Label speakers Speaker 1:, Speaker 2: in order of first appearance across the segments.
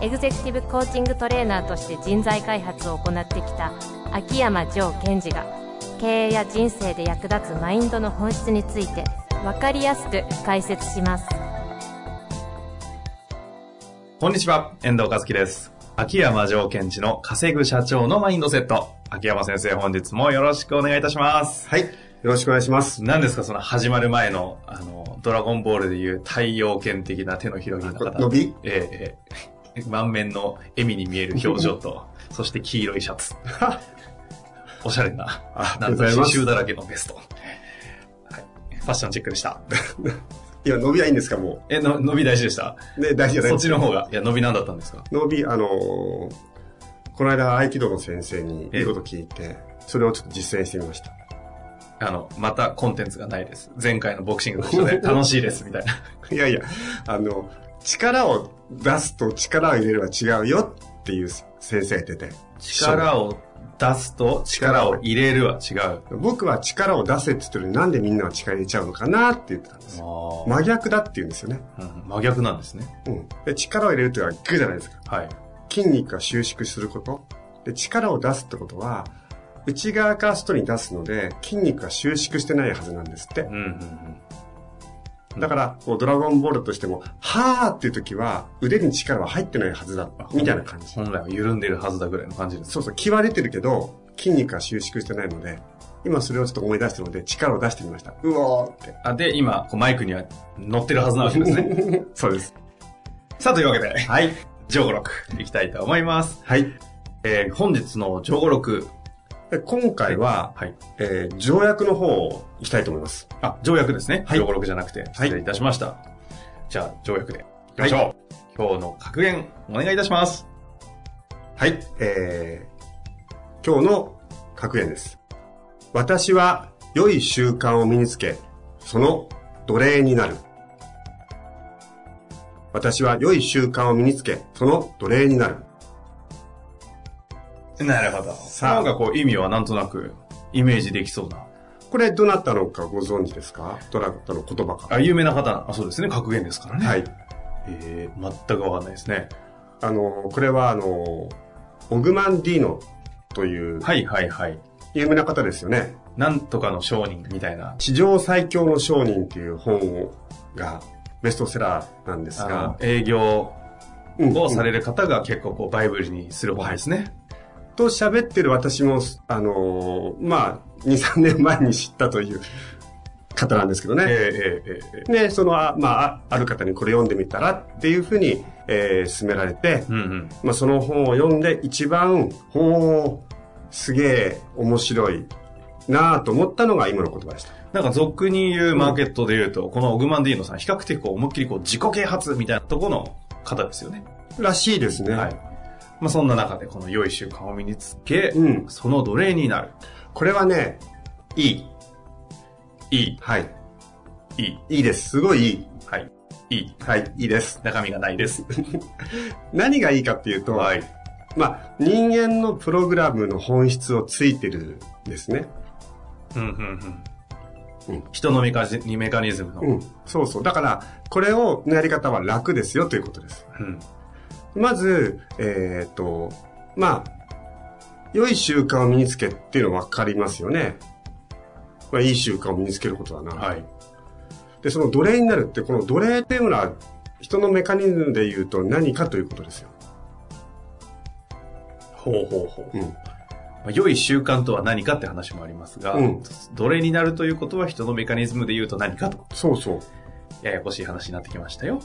Speaker 1: エグゼクティブコーチングトレーナーとして人材開発を行ってきた秋山城賢治が経営や人生で役立つマインドの本質について分かりやすく解説します
Speaker 2: こんにちは、遠藤和樹です。秋山条件地の稼ぐ社長のマインドセット。秋山先生、本日もよろしくお願いいたします。
Speaker 3: はい。よろしくお願いします。
Speaker 2: 何ですか、その始まる前の、あの、ドラゴンボールでいう太陽圏的な手の広げ
Speaker 3: これ
Speaker 2: 方。
Speaker 3: 伸び
Speaker 2: ええええ満面の笑みに見える表情 と、そして黄色いシャツ。おしゃれな、
Speaker 3: あ
Speaker 2: なんと刺繍だらけのベスト。はいファッションチェックでした。
Speaker 3: いや、伸びはいいんですか、も
Speaker 2: え、の伸び大事でした。
Speaker 3: う。ね、大事じゃない
Speaker 2: そっちの方が。いや、伸び何だったんですか
Speaker 3: 伸び、あのーこの間、合気道の先生にいいこと聞いて、それをちょっと実践してみました。
Speaker 2: あの、またコンテンツがないです。前回のボクシングと一 緒で楽しいです、みたいな。
Speaker 3: いやいや、あの、力を出すと力を入れれば違うよっていう先生が出て。
Speaker 2: 力を出すと力を入れるは違う。
Speaker 3: 僕は力を出せって言ってるのになんでみんなは力入れちゃうのかなって言ってたんですよ。
Speaker 2: ま
Speaker 3: 真逆だって言うんですよね。
Speaker 2: うん真逆なんですね。
Speaker 3: うん。で、力を入れるっていうのはグーじゃないですか。
Speaker 2: はい。
Speaker 3: 筋肉が収縮すること。で、力を出すってことは、内側から外に出すので、筋肉が収縮してないはずなんですって
Speaker 2: うん。うんうん
Speaker 3: だから、こうドラゴンボールとしても、はーっていう時は、腕に力は入ってないはずだ。みたいな感じ。
Speaker 2: うん。本来は緩んでるはずだぐらいの感じです。
Speaker 3: そうそう、気は出てるけど、筋肉が収縮してないので、今それをちょっと思い出したので、力を出してみました。うおーって。
Speaker 2: あで、今、こうマイクには乗ってるはずなわけですね。
Speaker 3: そうです。
Speaker 2: さあ、というわけで、はい。上五六、いきたいと思います。
Speaker 3: はい。
Speaker 2: えー、本日の上五六。
Speaker 3: で今回は、
Speaker 2: はい。
Speaker 3: えー条約の方をいきたいと思います。
Speaker 2: あ、条約ですね。
Speaker 3: はい
Speaker 2: 条約じゃなくて、失礼いたしました。じゃあ、条約で。いきましょう。今日の格言、お願いいたします。
Speaker 3: はい、えー、今日の格言です。私は良い習慣を身につけ、その奴隷になる。私は良い習慣を身につけ、その奴隷になる。
Speaker 2: なるほど。
Speaker 3: さあ
Speaker 2: なんかこう、意味はなんとなく、イメージできそうな。
Speaker 3: これ、どなたのかご存知ですかどなたの言葉か。
Speaker 2: あ、有名な方な、あ、そうですね。格言ですからね。
Speaker 3: はい。
Speaker 2: えー、全くわかんないですね。
Speaker 3: あの、これは、あの、オグマンディーノという
Speaker 2: はいはいはい。
Speaker 3: 有名な方ですよね。
Speaker 2: なんとかの商人みたいな。
Speaker 3: 史上最強の商人という本がベストセラーなんです
Speaker 2: あ
Speaker 3: が
Speaker 2: の、、営業
Speaker 3: うん
Speaker 2: をされる方が結構こう、バイブルにする本ですね。
Speaker 3: と喋ってる私も、あのーまあ、2、3年前に知ったという方なんですけど
Speaker 2: えー、
Speaker 3: ね。
Speaker 2: えー、えー、えー
Speaker 3: で、その、あまあ、あある方にこれ読んでみたらっていうふうに、えー、勧められて、
Speaker 2: うんうん。
Speaker 3: まあ、その本を読んで一番、ほう、すげえ面白いなあと思ったのが今の言葉でした。
Speaker 2: なんか俗に言うマーケットで言うと、このオグマンディーノさん、比較的こう思いっきりこう自己啓発みたいなところの方ですよね。
Speaker 3: らしいですね。
Speaker 2: はい。まあそんな中でこの良い習慣を身につけ、
Speaker 3: うん
Speaker 2: その奴隷になる。
Speaker 3: これはね、
Speaker 2: いい。い
Speaker 3: はい。
Speaker 2: い。いい。
Speaker 3: いいです。すごいいい。
Speaker 2: はい。いい。
Speaker 3: はい、いいです。
Speaker 2: 中身がないです。
Speaker 3: 何がいいかっていうと、
Speaker 2: はい。
Speaker 3: まあ、人間のプログラムの本質をついてるんですね。
Speaker 2: うんうんう
Speaker 3: うん
Speaker 2: ん。人のメカジメカニズムの。
Speaker 3: うん、そうそう。だから、これを、のやり方は楽ですよということです。
Speaker 2: うん
Speaker 3: まず、えっ、と、まあ、良い習慣を身につけっていうの分かりますよね。まあ、いい習慣を身につけることだな。
Speaker 2: はい。
Speaker 3: で、その奴隷になるって、この奴隷っていうのは、人のメカニズムで言うと何かということですよ。
Speaker 2: ほうほうほう。
Speaker 3: うん。
Speaker 2: まあ、良い習慣とは何かって話もありますが、
Speaker 3: うん
Speaker 2: 奴隷になるということは人のメカニズムで言うと何かと、
Speaker 3: そうそう。
Speaker 2: ややこしい話になってきましたよ。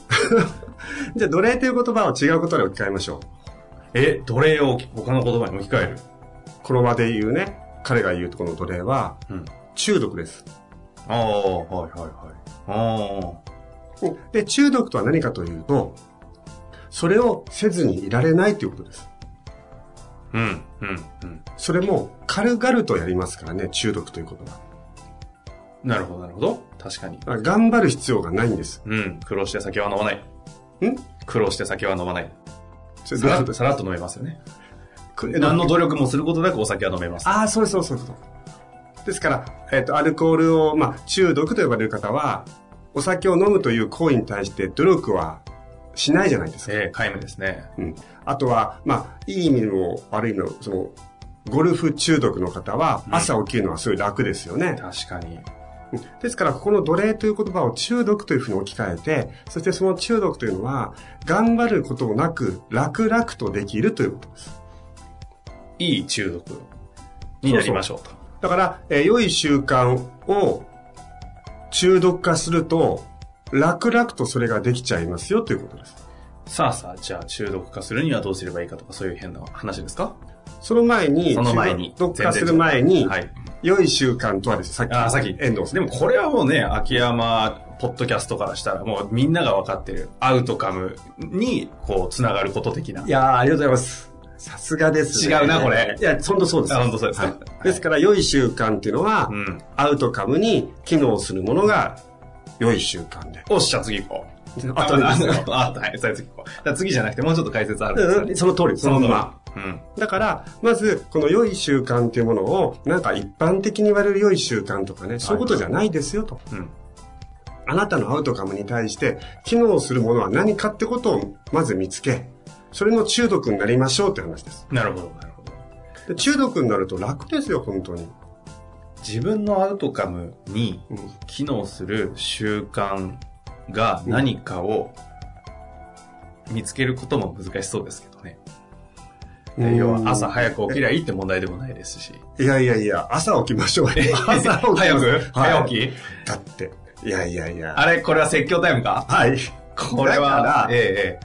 Speaker 3: じゃあ、奴隷という言葉を違うことに置き換えましょう。
Speaker 2: え、奴隷を他の言葉に置き換える。
Speaker 3: この場で言うね、彼が言うとこの奴隷は、
Speaker 2: うん。
Speaker 3: 中毒です。
Speaker 2: ああ、はいはいはい。あ
Speaker 3: で、中毒とは何かというと、それをせずにいられないということです。
Speaker 2: あ。うん、うん、うん。
Speaker 3: それも軽々とやりますからね、中毒ということは。
Speaker 2: なるほど、なるほど。確かに。
Speaker 3: あ頑張る必要がないんです。
Speaker 2: うん、苦労して酒は飲まない。
Speaker 3: ん
Speaker 2: 苦労して酒は飲まない。
Speaker 3: それ
Speaker 2: さ
Speaker 3: どういう
Speaker 2: ら
Speaker 3: こ
Speaker 2: っ
Speaker 3: と
Speaker 2: と、
Speaker 3: です
Speaker 2: さらっと飲めますよね。
Speaker 3: かえ
Speaker 2: 何の努力もすることなくお酒は飲めます。
Speaker 3: ああ、そうです、そうです、そうです。ですから、えっ、と、アルコールを、まあ、中毒と呼ばれる方は、お酒を飲むという行為に対して努力はしないじゃないですか。
Speaker 2: ええ、皆無ですね。
Speaker 3: うん。あとは、まあ、いい意味でも悪い意味でも、その、ゴルフ中毒の方は、朝起きるのはすごい楽ですよね。
Speaker 2: 確かに。
Speaker 3: うんですから、ここの奴隷という言葉を中毒というふうに置き換えて、そしてその中毒というのは、頑張ることなく、楽々とできるということです。
Speaker 2: いい中毒になりましょうと。
Speaker 3: だから、えー良い習慣を中毒化すると、楽々とそれができちゃいますよということです。
Speaker 2: さあさあ、じゃあ中毒化するにはどうすればいいかとかそういう変な話ですか
Speaker 3: その前に、
Speaker 2: その前に。
Speaker 3: 中毒化する前に、
Speaker 2: はい。
Speaker 3: 良い習慣とはですね、さっき、
Speaker 2: ああ、さっき。
Speaker 3: 遠藤さん。
Speaker 2: でもこれはもうね、秋山ポッドキャストからしたらもうみんなが分かってるアウトカムにこう、つながること的な。
Speaker 3: いやーありがとうございます。さすがです、
Speaker 2: 違うなこれ
Speaker 3: いや、ほんとそうです。
Speaker 2: あほんとそうですね
Speaker 3: はい
Speaker 2: はい
Speaker 3: ですから、良い習慣っていうのは、
Speaker 2: うん。
Speaker 3: アウトカムに機能するものが良い習慣で。
Speaker 2: おっしゃ、次行こう。
Speaker 3: あと
Speaker 2: あ
Speaker 3: ですよ
Speaker 2: ああはい、それ次行こう。だから次じゃなくてもうちょっと解説あるんですよ
Speaker 3: う
Speaker 2: ね
Speaker 3: んその通りです。そのまんま。
Speaker 2: うん。
Speaker 3: だから、まず、この良い習慣っていうものを、なんか一般的に言われる良い習慣とかね、そういうことじゃないですよと。
Speaker 2: うん。
Speaker 3: あなたのアウトカムに対して、機能するものは何かってことをまず見つけ、それの中毒になりましょうって話です。
Speaker 2: なるほど、なるほど。
Speaker 3: で中毒になると楽ですよ、本当に。
Speaker 2: 自分のアウトカムに
Speaker 3: うん
Speaker 2: 機能する習慣が何かを見つけることも難しそうですけどね。
Speaker 3: うん
Speaker 2: 要は朝早く起きりゃいいって問題でもないですし。
Speaker 3: いやいやいや、朝起きましょう。朝 起 き
Speaker 2: 早く、早
Speaker 3: き。
Speaker 2: 起き
Speaker 3: だって。いやいやいや。
Speaker 2: あれこれは説教タイムか
Speaker 3: はい。
Speaker 2: これ
Speaker 3: だから
Speaker 2: は、え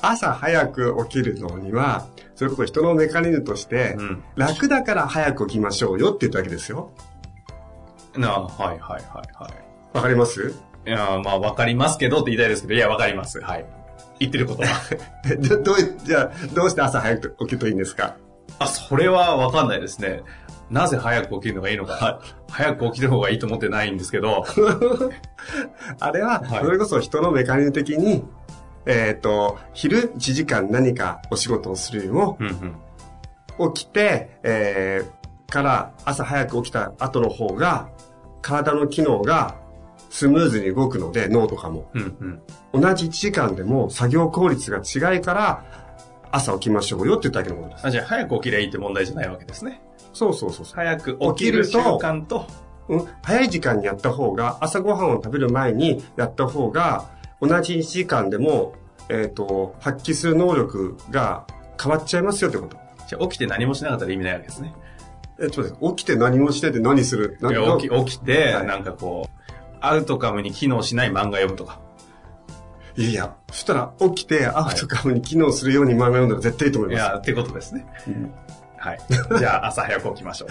Speaker 3: 朝早く起きるのには、それこそ人のメカニズムとして、
Speaker 2: えええ。うん。
Speaker 3: 楽だから早く起きましょうよって言ったわけですよ。
Speaker 2: なあ、はいはいはいは
Speaker 3: わかります
Speaker 2: い。いや、まあわかりますけどって言いたいですけど、いやわかります。はい。言ってることは。
Speaker 3: えどどういじゃあ、どうして朝早く起きるといいんですか
Speaker 2: あ、それはわかんないですね。なぜ早く起きるのがいいのか、早く起きる方がいいと思ってないんですけど、
Speaker 3: あれは、
Speaker 2: はい
Speaker 3: それこそ人のメカニズム的に、えっ、と、昼1時間何かお仕事をするよりも、
Speaker 2: うんうん。
Speaker 3: 起きて、えーから朝早く起きた後の方が、体の機能がスムーズに動くので、脳とかも。
Speaker 2: うんうん。
Speaker 3: 同じ1時間でも作業効率が違いから、朝起きましょうよって言っただけのことです。
Speaker 2: あじゃあ、早く起きりゃいいって問題じゃないわけですね。
Speaker 3: そうそうそうそう。
Speaker 2: 早く起きる習慣と、
Speaker 3: うん、早い時間にやった方が、朝ごはんを食べる前にやった方が、同じ1時間でも、えっ、と、発揮する能力が変わっちゃいますよってこと。
Speaker 2: じゃあ起きて何もしなかったら意味ないわけですね。
Speaker 3: え、ちょっと待って起きて何もしてて何する
Speaker 2: い
Speaker 3: 何
Speaker 2: や起き起きて、
Speaker 3: はい
Speaker 2: なんかこう、アウトカムに機能しない漫画読むとか。
Speaker 3: いやいや、そしたら起きてアウトカムに機能するように漫画読んだら絶対いいと思
Speaker 2: い
Speaker 3: いま
Speaker 2: や、ってことですね。
Speaker 3: す。うん
Speaker 2: はい。じゃあ、朝早く起きましょ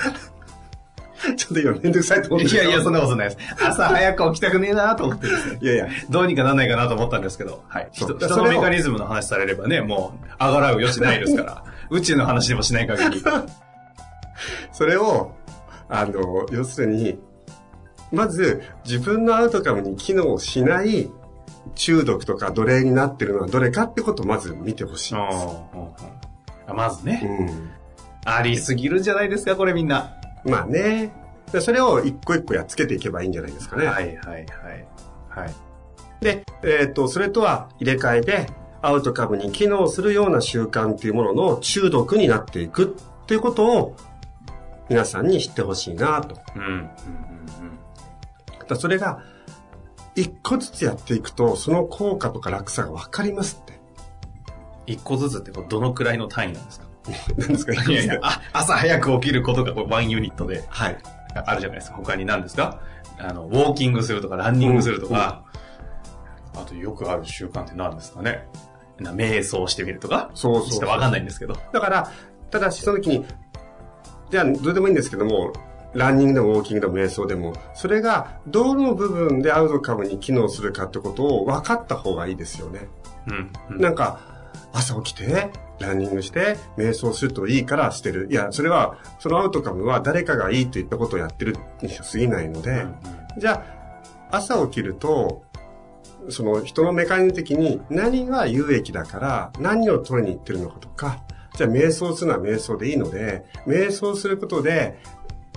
Speaker 2: う。
Speaker 3: ちょっと今めんどくさいと思って
Speaker 2: いやいや、そん
Speaker 3: の。
Speaker 2: なことないです。朝早く起きたくねえなと思ってですね。
Speaker 3: いやいや、
Speaker 2: どうにかなんないかなと思ったんですけど、はい。人
Speaker 3: そう
Speaker 2: 人
Speaker 3: そ
Speaker 2: の
Speaker 3: れを
Speaker 2: メカニズムの話されればね、もう、あがらう余地ないです から。宇宙の話でもしない限り。
Speaker 3: それを、あの、要するに、まず自分のアウトカムに機能しない中毒とか奴隷になってるのはどれかってことをまず見てほしい
Speaker 2: うんん
Speaker 3: です。
Speaker 2: あまずね、
Speaker 3: う
Speaker 2: ありすぎるんじゃないですか、これみんな。
Speaker 3: ん。まあね。でそれを一個一個やっつけていけばいいんじゃないですかね。
Speaker 2: はいはいはい。はい。
Speaker 3: で、えっ、と、それとは入れ替えて、アウトカムに機能するような習慣っていうものの中毒になっていくっていうことを皆さんに知ってほしいなと。
Speaker 2: うん。うんうん
Speaker 3: だからそれが一個ずつやっていくとその効果とか楽さが分かりますって。
Speaker 2: 一個ずつってこうどのくらいの単位なんですか
Speaker 3: 何ですか
Speaker 2: いやい や、あ朝早く起きることがこれワンユニットで
Speaker 3: はい。
Speaker 2: あるじゃないですか。他に何ですかあの、ウォーキングするとか、ランニングするとか、あとよくある習慣って何ですかねな瞑想してみるとか
Speaker 3: そうそう
Speaker 2: ちょっとわかんないんですけど。
Speaker 3: だから、ただしその時に、じゃあどうでもいいんですけども、ランニングでもウォーキングでも瞑想でも、それがどの部分でアウトカムに機能するかってことを分かった方がいいですよね。
Speaker 2: うん。うん
Speaker 3: なんか、朝起きて、ランニングして、瞑想するといいからしてる。いや、それは、そのアウトカムは誰かがいいと言ったことをやってるに過ぎないので、じゃあ、朝起きると、その人のメカニズム的に何が有益だから何を取りに行ってるのかとか、じゃあ瞑想するのは瞑想でいいので、瞑想することで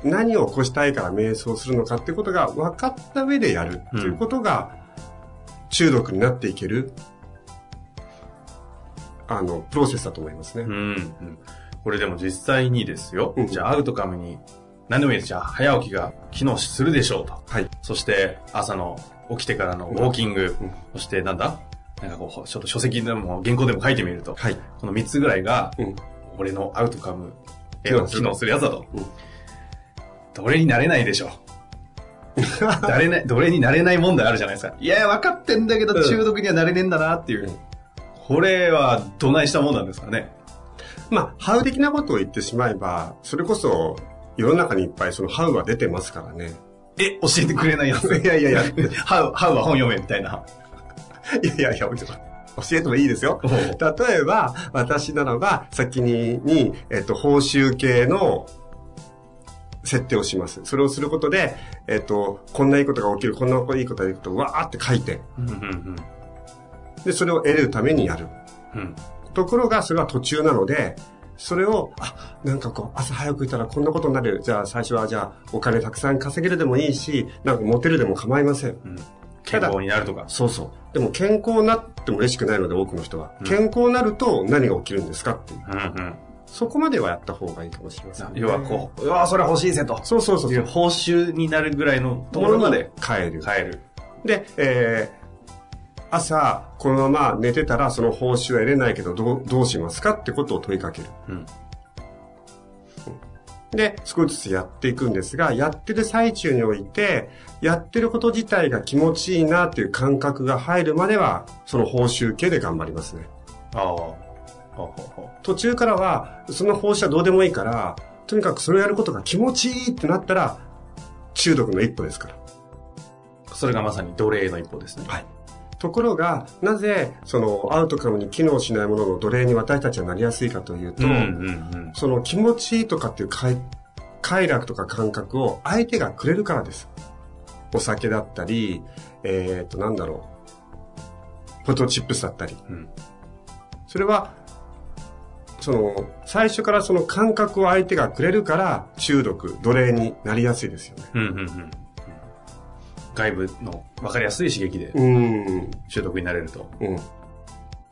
Speaker 3: 何を起こしたいから瞑想するのかっていうことが分かった上でやるっていうことが中毒になっていける、あの、プロセスだと思いますね。
Speaker 2: うんうんこれでも実際にですよ、
Speaker 3: うん
Speaker 2: じゃあアウトカムに、何でもいいです。じゃあ早起きが機能するでしょうと。
Speaker 3: はい。
Speaker 2: そして朝の起きてからのウォーキング、
Speaker 3: うん
Speaker 2: そしてなんだなんかこう、ちょっと書籍でも原稿でも書いてみると、
Speaker 3: はい。
Speaker 2: この3つぐらいが、
Speaker 3: うん
Speaker 2: 俺のアウトカム、
Speaker 3: 機能する
Speaker 2: 機能するやつだと。
Speaker 3: うん
Speaker 2: どれになれないでしょう。誰ね、 どれになれない問題あるじゃないですか。いや、分かってんだけど
Speaker 3: うん
Speaker 2: 中毒にはなれねえんだなっていう。
Speaker 3: うん
Speaker 2: これはどないしたもんなんですかね。
Speaker 3: まあ、ハウ的なことを言ってしまえば、それこそ世の中にいっぱいそのハウは出てますからね。
Speaker 2: え、教えてくれ ないやつ。
Speaker 3: いやいやいや
Speaker 2: ハウ、ハウは本読めみたいな。
Speaker 3: いやいやいや、教えてもいいですよ。例えば、私ならば、先に、に、えっと、報酬系の設定をします。それをすることで、えっと、こんないいことが起きる、こんないいことが起きると、わーって書いて、
Speaker 2: うんうん
Speaker 3: で、それを得るためにやる。
Speaker 2: うんうん
Speaker 3: ところが、それは途中なので、それを、あ、なんかこう、朝早くいたらこんなことになる。じゃあ、最初は、じゃあ、お金たくさん稼げるでもいいし、なんかモテるでも構いません。
Speaker 2: うん健康になるとか。
Speaker 3: そうそう。でも健康になっても嬉しくないので、多くの人は。
Speaker 2: うん
Speaker 3: 健康になると何が起きるんですかっていう。
Speaker 2: うんうん
Speaker 3: そこまではやった方がいいかもしれません、
Speaker 2: 要はこう、うわ、それ欲しいぜと。
Speaker 3: そうそうそう
Speaker 2: い
Speaker 3: そうう。
Speaker 2: 報酬になるぐらいのところまで
Speaker 3: 帰る。
Speaker 2: 変える。
Speaker 3: で、えー朝、このまま寝てたらその報酬は得れないけど、どう、どうしますかってことを問いかける。
Speaker 2: うん
Speaker 3: で、少しずつやっていくんですが、やってる最中において、やってること自体が気持ちいいなっていう感覚が入るまでは、その報酬系で頑張りますね。
Speaker 2: ああ。ほうほうほ
Speaker 3: 途中からは、その報酬はどうでもいいから、とにかくそれをやることが気持ちいいってなったら、中毒の一歩ですから。
Speaker 2: うそれがまさに奴隷の一歩ですね。
Speaker 3: はい。ところが、なぜ、その、アウトカムに機能しないものの奴隷に私たちはなりやすいかというと、
Speaker 2: うん。
Speaker 3: その気持ちいいとかっていう快快楽とか感覚を相手がくれるからです。お酒だったり、えっ、と、なんだろう。ポテトチップスだったり。
Speaker 2: うん
Speaker 3: それは、その、最初からその感覚を相手がくれるから、中毒、奴隷になりやすいですよね。
Speaker 2: うんうんうん。外部の分かりやすい刺激で
Speaker 3: うん。
Speaker 2: 中毒になれると。
Speaker 3: うん。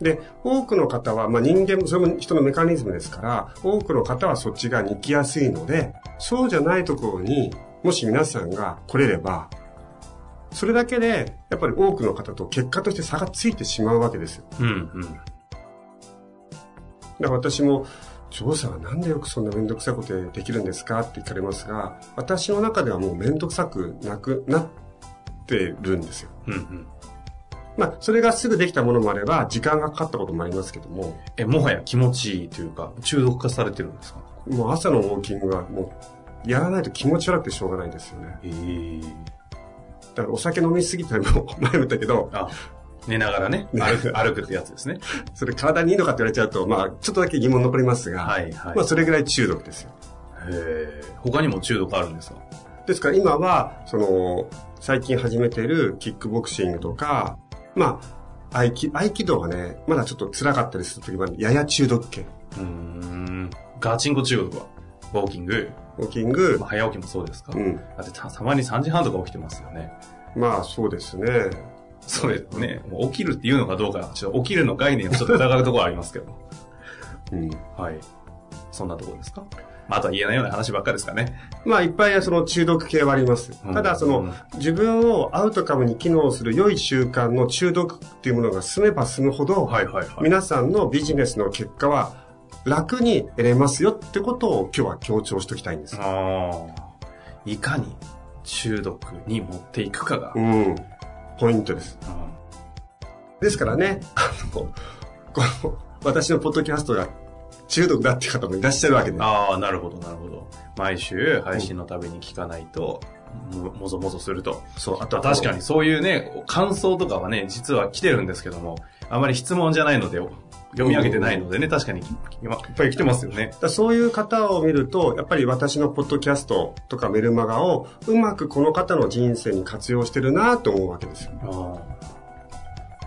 Speaker 3: で、多くの方は、まあ、人間も、それも人のメカニズムですから、多くの方はそっち側に行きやすいので、そうじゃないところに、もし皆さんが来れれば、それだけで、やっぱり多くの方と結果として差がついてしまうわけですよ。
Speaker 2: うんうん。
Speaker 3: だから私も、ジョーさんはなんでよくそんなめんどくさいことできるんですかって聞かれますが、私の中ではもうめんどくさくなくなってるんですよ。
Speaker 2: うんうん。
Speaker 3: まあ、それがすぐできたものもあれば、時間がかかったこともありますけども、
Speaker 2: え、もはや気持ちいいというか、中毒化されてるんですか
Speaker 3: もう朝のウォーキングはもう、やらないと気持ち悪くてしょうがないですよね。
Speaker 2: ええ
Speaker 3: だからお酒飲みすぎたのも 前も言ったけど、
Speaker 2: あ、寝ながらね、歩く、歩くってやつですね。
Speaker 3: それ体にいいのかって言われちゃうと、まあ、ちょっとだけ疑問残りますが、
Speaker 2: はいはい
Speaker 3: まあ、。それぐらい中毒ですよ。
Speaker 2: へえ。他にも中毒あるんですか
Speaker 3: ですから今は、その、最近始めているキックボクシングとか、まあ、合気、合気道がね、まだちょっと辛かったりするときは、やや中毒系。
Speaker 2: うーん。ガチンコ中毒は。ウォーキング、
Speaker 3: ウォーキング
Speaker 2: まあ、、早起きもそうですか、
Speaker 3: うん。
Speaker 2: だってたたまに3時半とか起きてますよね。
Speaker 3: まあ、そうですね。
Speaker 2: そうですね。もう起きるっていうのかどうか、ちょっと起きるの概念をちょっと疑うところはありますけど。
Speaker 3: うん。
Speaker 2: はい。そんなところですか、まあ、あとは言えないような話ばっかですかね。
Speaker 3: まあ、いっぱいその中毒系はあります。
Speaker 2: うん
Speaker 3: ただ、その、自分をアウトカムに機能する良い習慣の中毒っていうものが進めば進むほど、
Speaker 2: はいはいはい。
Speaker 3: 皆さんのビジネスの結果は楽に得れますよってことを今日は強調しておきたいんです。
Speaker 2: ああ。いかに中毒に持っていくかが。
Speaker 3: うん。ポイントです。
Speaker 2: うん
Speaker 3: ですからね、あの、この、私のポッドキャストが中毒だっていう方もいらっしゃるわけで。
Speaker 2: ああ、なるほどなるほど。毎週配信のたびに聞かないと、ももぞもぞすると。
Speaker 3: そう、あと
Speaker 2: 確かにそういうね、感想とかはね、実は来てるんですけども、あまり質問じゃないので、読み上げてないのでね、確かに、今いっぱい来てますよね
Speaker 3: だ。からそういう方を見ると、やっぱり私のポッドキャストとかメルマガをうまくこの方の人生に活用してるなと思うわけですよ。
Speaker 2: ああ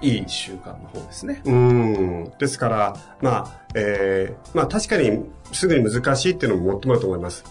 Speaker 2: いい習慣の方ですね。
Speaker 3: うん。ですから、まあ、えーまあ確かにすぐに難しいっていうのももっともだと思います。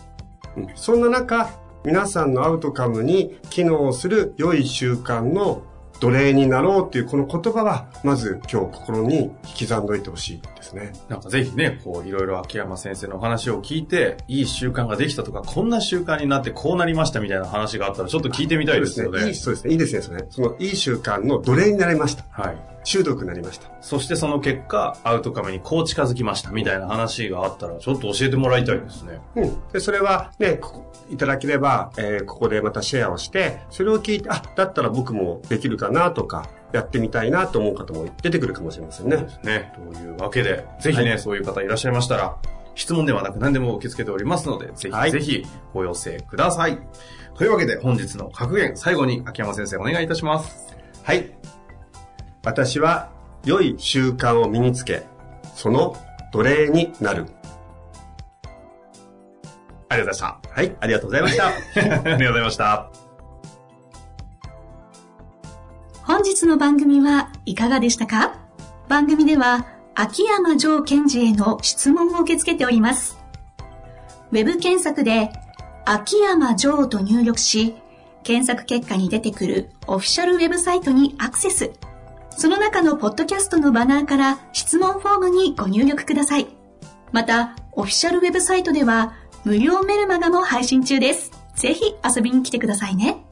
Speaker 3: うんそんな中、皆さんのアウトカムに機能する良い習慣の奴隷になろうっていうこの言葉は、まず今日心に引き刻んどいてほしいですね。
Speaker 2: なんかぜひね、こう、いろいろ秋山先生のお話を聞いて、いい習慣ができたとか、こんな習慣になってこうなりましたみたいな話があったら、ちょっと聞いてみたいですよ
Speaker 3: そう
Speaker 2: ね
Speaker 3: いい、。そうですね。いいですね、それ。そのいい習慣の奴隷になりました。
Speaker 2: はい。
Speaker 3: 中毒になりました。
Speaker 2: そしてその結果、アウトカムにこう近づきましたみたいな話があったら、ちょっと教えてもらいたいですね。
Speaker 3: うん。で、それはね、ここいただければ、えーここでまたシェアをして、それを聞いて、あ、だったら僕もできるかなとか、やってみたいなと思う方も出てくるかもしれませんね。
Speaker 2: ね。というわけで、ぜひね、そういう方いらっしゃいましたら、質問ではなく何でも受け付けておりますので、ぜひ、
Speaker 3: はい
Speaker 2: ぜひお寄せください。というわけで、本日の格言、最後に秋山先生お願いいたします。
Speaker 3: はい。私は、良い習慣を身につけ、その奴隷になる。
Speaker 2: ありがとうございました。
Speaker 3: はい、ありがとうございました。
Speaker 2: ありがとうございました。
Speaker 4: 本日の番組はいかがでしたか番組では秋山城賢治への質問を受け付けております。ウェブ検索で秋山城と入力し、検索結果に出てくるオフィシャルウェブサイトにアクセス。その中のポッドキャストのバナーから質問フォームにご入力ください。また、オフィシャルウェブサイトでは無料メルマガも配信中です。ぜひ遊びに来てくださいね。